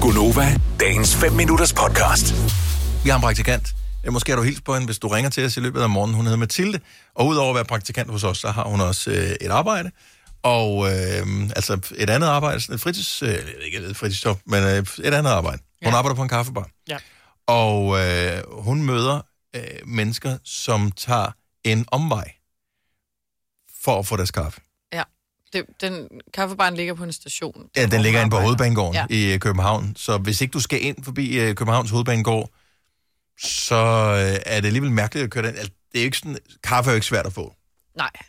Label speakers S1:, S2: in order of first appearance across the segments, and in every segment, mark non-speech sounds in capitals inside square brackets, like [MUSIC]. S1: Gunova, dagens 5 minutters podcast.
S2: Vi har en praktikant. Øh, Måske har du hilst på hende, hvis du ringer til os i løbet af morgenen. Hun hedder Mathilde, og udover at være praktikant hos os, så har hun også øh, et arbejde. Og øh, altså et andet arbejde, sådan et fritids... Øh, ikke et fritidsjob, men øh, et andet arbejde. Hun
S3: Ja.
S2: arbejder på en kaffebar.
S3: Ja.
S2: Og øh, hun møder øh, mennesker, som tager en omvej for at få deres kaffe.
S3: Ja. Det, den kaffebaren ligger på en station.
S2: Ja, den ligger inde på
S3: Arbejder.
S2: Hovedbanegården ja.
S3: Ja.
S2: i øh, København. Så hvis ikke du skal ind forbi øh, Københavns Hovedbanegård, så øh, er det alligevel mærkeligt at køre den. Altså, det er jo ikke sådan, kaffe er jo ikke svært at få.
S3: Nej.
S2: Men,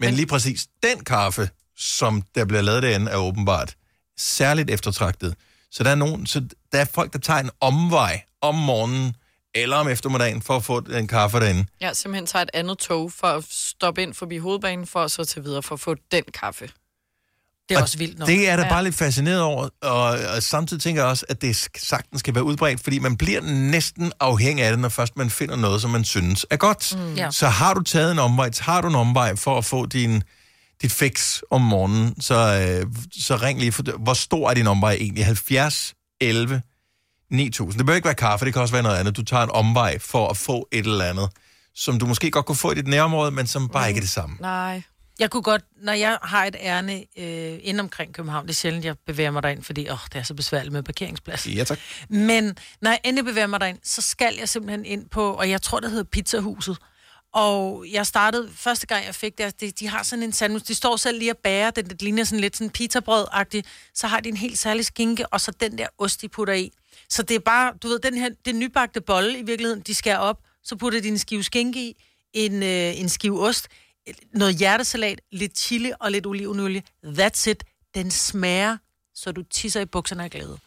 S2: Men
S3: Men-
S2: lige præcis den kaffe, som der bliver lavet derinde, er åbenbart særligt eftertragtet. Så der er, nogen, så der er folk, der tager en omvej om morgenen eller om eftermiddagen for at få en kaffe derinde.
S3: Jeg simpelthen tager et andet tog for at stoppe ind forbi hovedbanen, for at så tage videre for at få den kaffe.
S4: Det er
S2: Og
S4: også vildt nok. Det...
S2: Det er jeg da
S3: Ja.
S2: bare lidt fascineret over, og, og samtidig tænker jeg også, at det sk- sagtens skal være udbredt, fordi man bliver næsten afhængig af det, når først man finder noget, som man synes er godt. Mm.
S4: Ja.
S2: Så har du taget en omvej, har du en omvej for at få din, dit fix om morgenen, så, øh, så ring lige. For, hvor stor er din omvej egentlig? 70, 11, 9000. Det behøver ikke være kaffe, det kan også være noget andet. Du tager en omvej for at få et eller andet, som du måske godt kunne få i dit nærområde, men som bare ikke er det samme.
S3: Nej.
S4: Jeg kunne godt, når jeg har et ærne øh, ind omkring København, det er sjældent, jeg bevæger mig derind, fordi åh, det er så besværligt med parkeringsplads.
S2: Ja, tak.
S4: Men når jeg endelig bevæger mig derind, så skal jeg simpelthen ind på, og jeg tror, det hedder Pizzahuset. Og jeg startede, første gang jeg fik det, altså, de, de har sådan en sandwich, de står selv lige og bager, den, det ligner sådan lidt sådan pizzabrød-agtigt, så har de en helt særlig skinke, og så den der ost, de putter i. Så det er bare, du ved, den her, den nybagte bolle i virkeligheden, de skærer op, så putter de en skive skinke i, en, øh, en skive ost, noget hjertesalat, lidt chili og lidt olivenolie. That's it. Den smager, så du tisser i bukserne af glæde.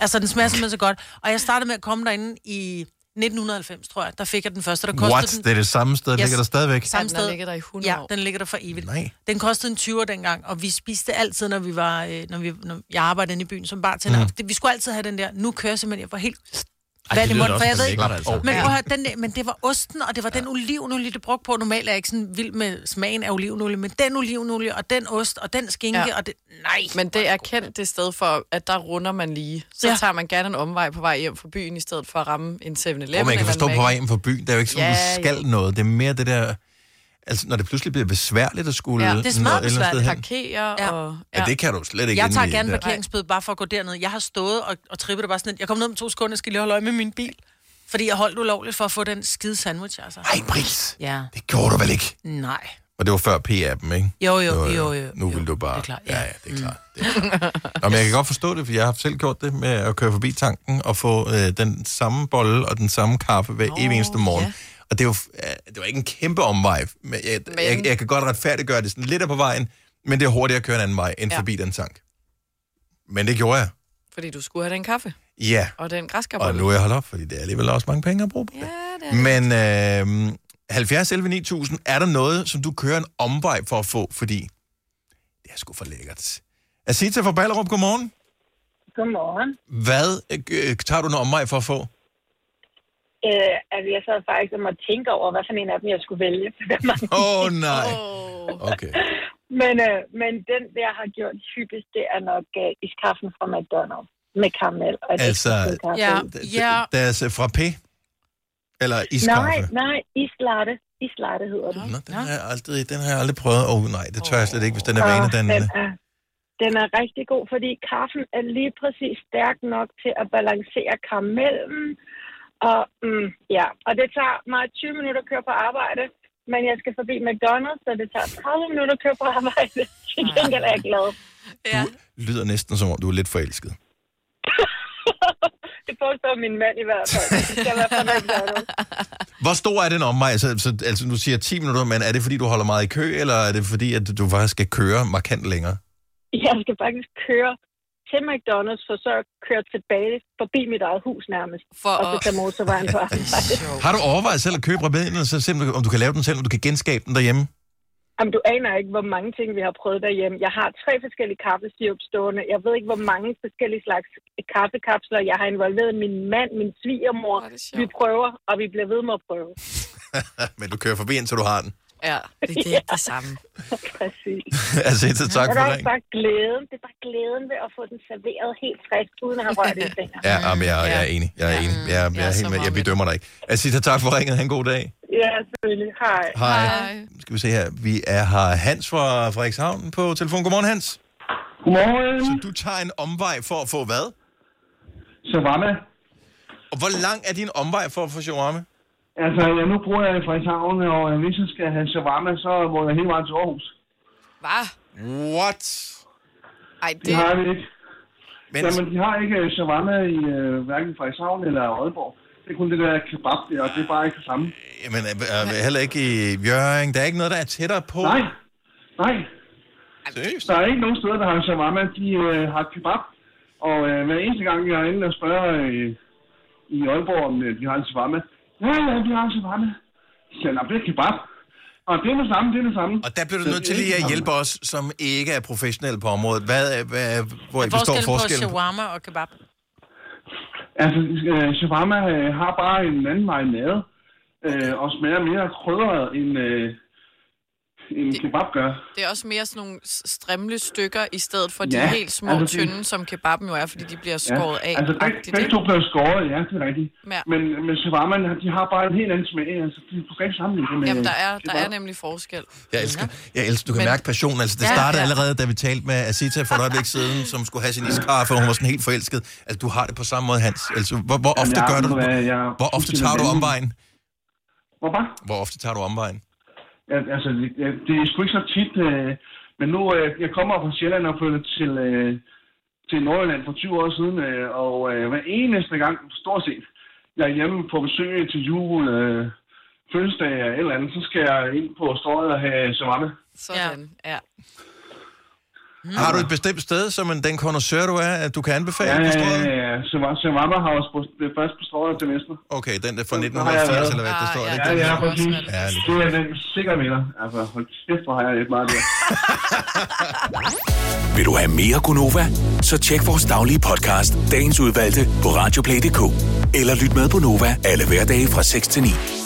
S4: Altså, den smager simpelthen så godt. Og jeg startede med at komme derinde i 1990, tror jeg. Der fik jeg den første. Der kostede
S2: What?
S4: den
S2: Det er det samme sted, yes. ligger der stadigvæk?
S3: Ja,
S4: samme
S3: den har
S4: sted.
S3: ligget der i 100
S4: Ja,
S3: år.
S4: den ligger der for evigt.
S2: Nej.
S4: Den kostede en 20'er dengang, og vi spiste altid, når vi var, øh, når vi, når jeg arbejdede inde i byen som bartender. Mm. Det, vi skulle altid have den der, nu kører jeg simpelthen, jeg var helt vand i
S5: lyder da
S4: munden, for
S5: også
S4: jeg ved ikke,
S5: lækkert, altså.
S4: men, prøv at høre, den der, men det var osten, og det var ja. den olivenolie, det brugte på. Normalt er jeg ikke sådan vild med smagen af olivenolie, men den olivenolie, og den ost, og den skinke, ja.
S3: Ja.
S4: og det... Nej!
S3: Men det er kendt det sted for, at der runder man lige. Så
S4: Ja.
S3: ja. tager man gerne en omvej på vej hjem fra byen, i stedet for at ramme en 7-Eleven.
S2: Og man
S3: eller
S2: kan
S3: en
S2: forstå på
S3: Mac.
S2: vej hjem fra byen, det er jo ikke sådan,
S3: Ja,
S2: yeah,
S3: jo.
S2: du skal noget. Det er mere det der... Altså, når det pludselig bliver besværligt at skulle...
S3: Ja,
S2: Ja,
S3: det er
S4: smadret besværligt.
S2: hen.
S3: Parkere
S4: Ja.
S3: ja. og...
S2: Ja, det kan du slet ikke
S4: Jeg
S2: inde
S4: tager
S2: i
S4: gerne
S2: der.
S4: parkeringsbøde bare for at gå derned. Jeg har stået og, og trippet det bare sådan lidt. Jeg kom ned om to sekunder, jeg skal lige holde øje med min bil. Fordi jeg holdt ulovligt for at få den skide sandwich, altså.
S2: Ej, Brils,
S4: Ja,
S2: det gjorde du vel ikke?
S4: nej.
S2: Og det var før P-appen, ikke?
S4: Jo, jo,
S2: Det var,
S4: jo, jo,
S2: Nu
S4: jo.
S2: vil du bare...
S4: Det er klart,
S2: ja.
S4: ja. Mm.
S2: ja, det er klart. Det er klart. Nå, men jeg kan godt forstå det, for jeg har selv gjort det med at køre forbi tanken og få øh, den samme bolle og den samme kaffe hver oh, evig eneste morgen.
S3: ja.
S2: Og det var, øh, det var ikke en kæmpe omvej, men jeg, men... jeg, jeg kan godt retfærdiggøre det sådan lidt af på vejen, men det er hurtigere at køre en anden vej end ja.
S3: Ja.
S2: forbi den tank. Men det gjorde jeg.
S3: Fordi du skulle have den kaffe
S2: Ja,
S3: og den
S2: og
S3: græskarbolle.
S2: nu er jeg holdt op, fordi det er alligevel også mange penge at bruge på det.
S3: Ja, det er
S2: Men øh, 70 11 9000, er der noget, som du kører en omvej for at få, fordi det er sgu for lækkert. Asita fra Ballerup, godmorgen.
S6: Godmorgen.
S2: Hvad øh, tager du en omvej for at få?
S6: Øh, altså, jeg sad faktisk og måtte tænke over, hvad for en af dem, jeg skulle vælge. [LAUGHS] Der er mange.
S2: Åh
S3: [LAUGHS]
S2: oh, nej.
S3: Åh.
S2: Okay.
S6: men, øh, men den, jeg har gjort typisk, det er nok øh, iskaffen fra McDonald's med karamel. Og et
S2: Altså,
S6: ekstra stykke kaffe
S4: ja.
S6: i.
S4: Ja.
S2: Deres fra P? Eller
S6: Nej,
S2: iskaffe?
S6: nej, islatte. Islatte hedder den.
S2: Nå, den, har jeg aldrig, den har jeg aldrig prøvet. Åh oh, nej, det tør jeg slet ikke, hvis den er
S6: Og
S2: vane. Den, øh,
S6: den, er, den er rigtig god, fordi kaffen er lige præcis stærk nok til at balancere karamellen. Og, mm, ja. og det tager mig 20 minutter at køre på arbejde, men jeg skal forbi McDonald's, så det tager 30 minutter at køre på arbejde. [LAUGHS] Til gengæld er jeg glad. [LAUGHS]
S3: Ja.
S2: du lyder næsten som om, du er lidt forelsket.
S6: det påstår min mand i hvert fald. Det skal være fra McDonald's.
S2: Hvor stor er den omvej? Altså, så, altså, du siger 10 minutter, men er det fordi, du holder meget i kø, eller er det fordi, at du faktisk skal køre markant længere?
S6: Jeg skal faktisk køre til McDonald's, for så at køre tilbage forbi mit eget hus nærmest.
S3: For
S6: Og så
S3: at...
S6: tage motorvejen på arbejde.
S2: Har du overvejet selv at købe rabatten, så simpelthen, om du kan lave den selv, om du kan genskabe den [LAUGHS] derhjemme?
S6: Jamen, du aner ikke, hvor mange ting, vi har prøvet derhjemme. Jeg har tre forskellige kaffesirup stående. Jeg ved ikke, hvor mange forskellige slags kaffekapsler, jeg har involveret min mand, min svigermor.
S3: Hvor er det sjovt. [LAUGHS]
S6: Vi prøver, og vi bliver ved med at prøve.
S2: [LAUGHS] Men du kører forbi, indtil du har den.
S3: Ja, det, det er ikke det samme.
S6: Præcis.
S2: altså, Etta, tak
S6: Og
S2: for
S6: der er
S2: ringen.
S6: bare glæden. Det er bare glæden ved at få den serveret helt frisk, uden at have rørt en finger.
S2: Ja, jamen, jeg, jeg er
S3: Ja.
S2: enig. Jeg er enig. Jeg, jeg, jeg
S3: Ja,
S2: er
S3: så
S2: helt med. Jeg,
S3: meget
S2: vi
S3: med.
S2: dømmer dig ikke. Asita, tak for ringet. Ha' en god dag.
S6: Ja, selvfølgelig. Hej.
S2: Hej.
S3: Hej.
S2: Nu Skal vi se her. Vi er her Hans fra Frederikshavn på telefon. Godmorgen, Hans.
S5: Godmorgen.
S2: Så du tager en omvej for at få hvad?
S5: Savannah.
S2: Og hvor lang er din omvej for at få shawarma?
S5: Altså, ja, nu bruger jeg i Frederikshavn, og øh, hvis jeg skal have shawarma, så må jeg hele vejen til Aarhus.
S3: Hvad?
S2: What?
S3: Ej,
S5: Det
S3: det...
S5: har vi ikke.
S2: Men,
S5: Jamen, de har ikke øh, shawarma i øh, hverken Frederikshavn eller Aalborg. Det er kun det der kebab der, og det er bare ikke det samme.
S2: jamen er, er, heller ikke i Jørgen. Der er ikke noget, der er tættere på.
S5: Nej, nej.
S2: Seriøst?
S5: Der er ikke nogen steder, der har shawarma. De øh, har kebab. Og øh, hver eneste gang, jeg er inde og spørger øh, i Aalborg, om øh, de har en shawarma. Ja, ja, de har en shawarma. Så siger jeg, "Nå, det er kebab. Og det er det samme, det er det samme.
S2: Og der bliver du
S5: Så
S2: nødt
S5: det er
S2: til lige at
S5: ikke det
S2: hjælpe os, som ikke er professionelle på området. Hvad, er- hvad, er- hvor består
S4: Forskellen på
S2: forskellen?
S4: shawarma og kebab.
S5: Altså, øh, shawarma øh, har bare en anden marinade, øh, og smager mere krydret, end, øh, end kebab gør.
S3: Det er også mere sådan nogle s- strimle stykker, i stedet for de
S5: Ja,
S3: helt små
S5: altså,
S3: altså,
S5: det-
S3: tynde, som kebaben jo er, fordi de bliver skåret af.
S5: altså, beg,
S3: agtigt,
S5: begge
S3: ikke?
S5: to blev skåret, ja, det er rigtigt.
S3: Ja.
S5: Men, men shawarma, de har bare en helt anden smag. Altså, de, du kan ikke sammenligne øh, det med...
S3: Jamen, der er, der
S5: kebab.
S3: er nemlig forskel.
S2: Jeg elsker, jeg elsker, du kan
S3: Men-
S2: mærke passionen. Altså, det
S3: Ja,
S2: startede
S3: ja.
S2: allerede, da vi talte med Asita for et øjeblik siden, som skulle have sin iskaffe, og hun var sådan helt forelsket. Altså, du har det på samme måde, Hans. Altså, hvor, hvor ofte
S5: jeg-
S2: gør du
S5: ved du hvad, jeg
S2: hvor,
S5: er
S2: hvor ofte tager
S5: fuldstændig
S2: du
S5: vanvittig.
S2: omvejen?
S5: Hvor bare?
S2: Hvor ofte tager du omvejen?
S5: Ja, altså, det, ja, det er sgu ikke så tit, øh, men nu, øh, jeg kommer fra Sjælland og flyttede til, øh, til Nordjylland for 20 år siden, øh, og øh, hver eneste gang, stort set, jeg er hjemme på besøg til jul, øh, fødselsdag eller et eller andet, så skal jeg ind på strøget og have shawarma.
S3: Sådan, ja. ja.
S2: Har du et bestemt sted, som en, den connoisseur, du er, at du kan anbefale?
S5: Mm. Ja,
S2: på
S5: ja,
S2: strøget?
S5: ja, ja. Shawarma- Shawarma har også på- det er først på strøget til næste.
S2: Okay, den der fra
S5: Den har jeg
S2: 1980,
S5: lavet.
S2: eller hvad der
S3: Ah,
S2: står.
S3: ja,
S2: er det
S5: Ja,
S2: ikke
S5: ja,
S2: den?
S5: præcis.
S2: Ja, lige
S5: Det er den sikker mener. Altså, hold kæft, hvor har jeg lidt meget der.
S1: Vil du have mere Gunova? Så tjek vores daglige podcast, dagens udvalgte, på radioplay.dk. Eller lyt med på Nova alle hverdage fra 6 til 9.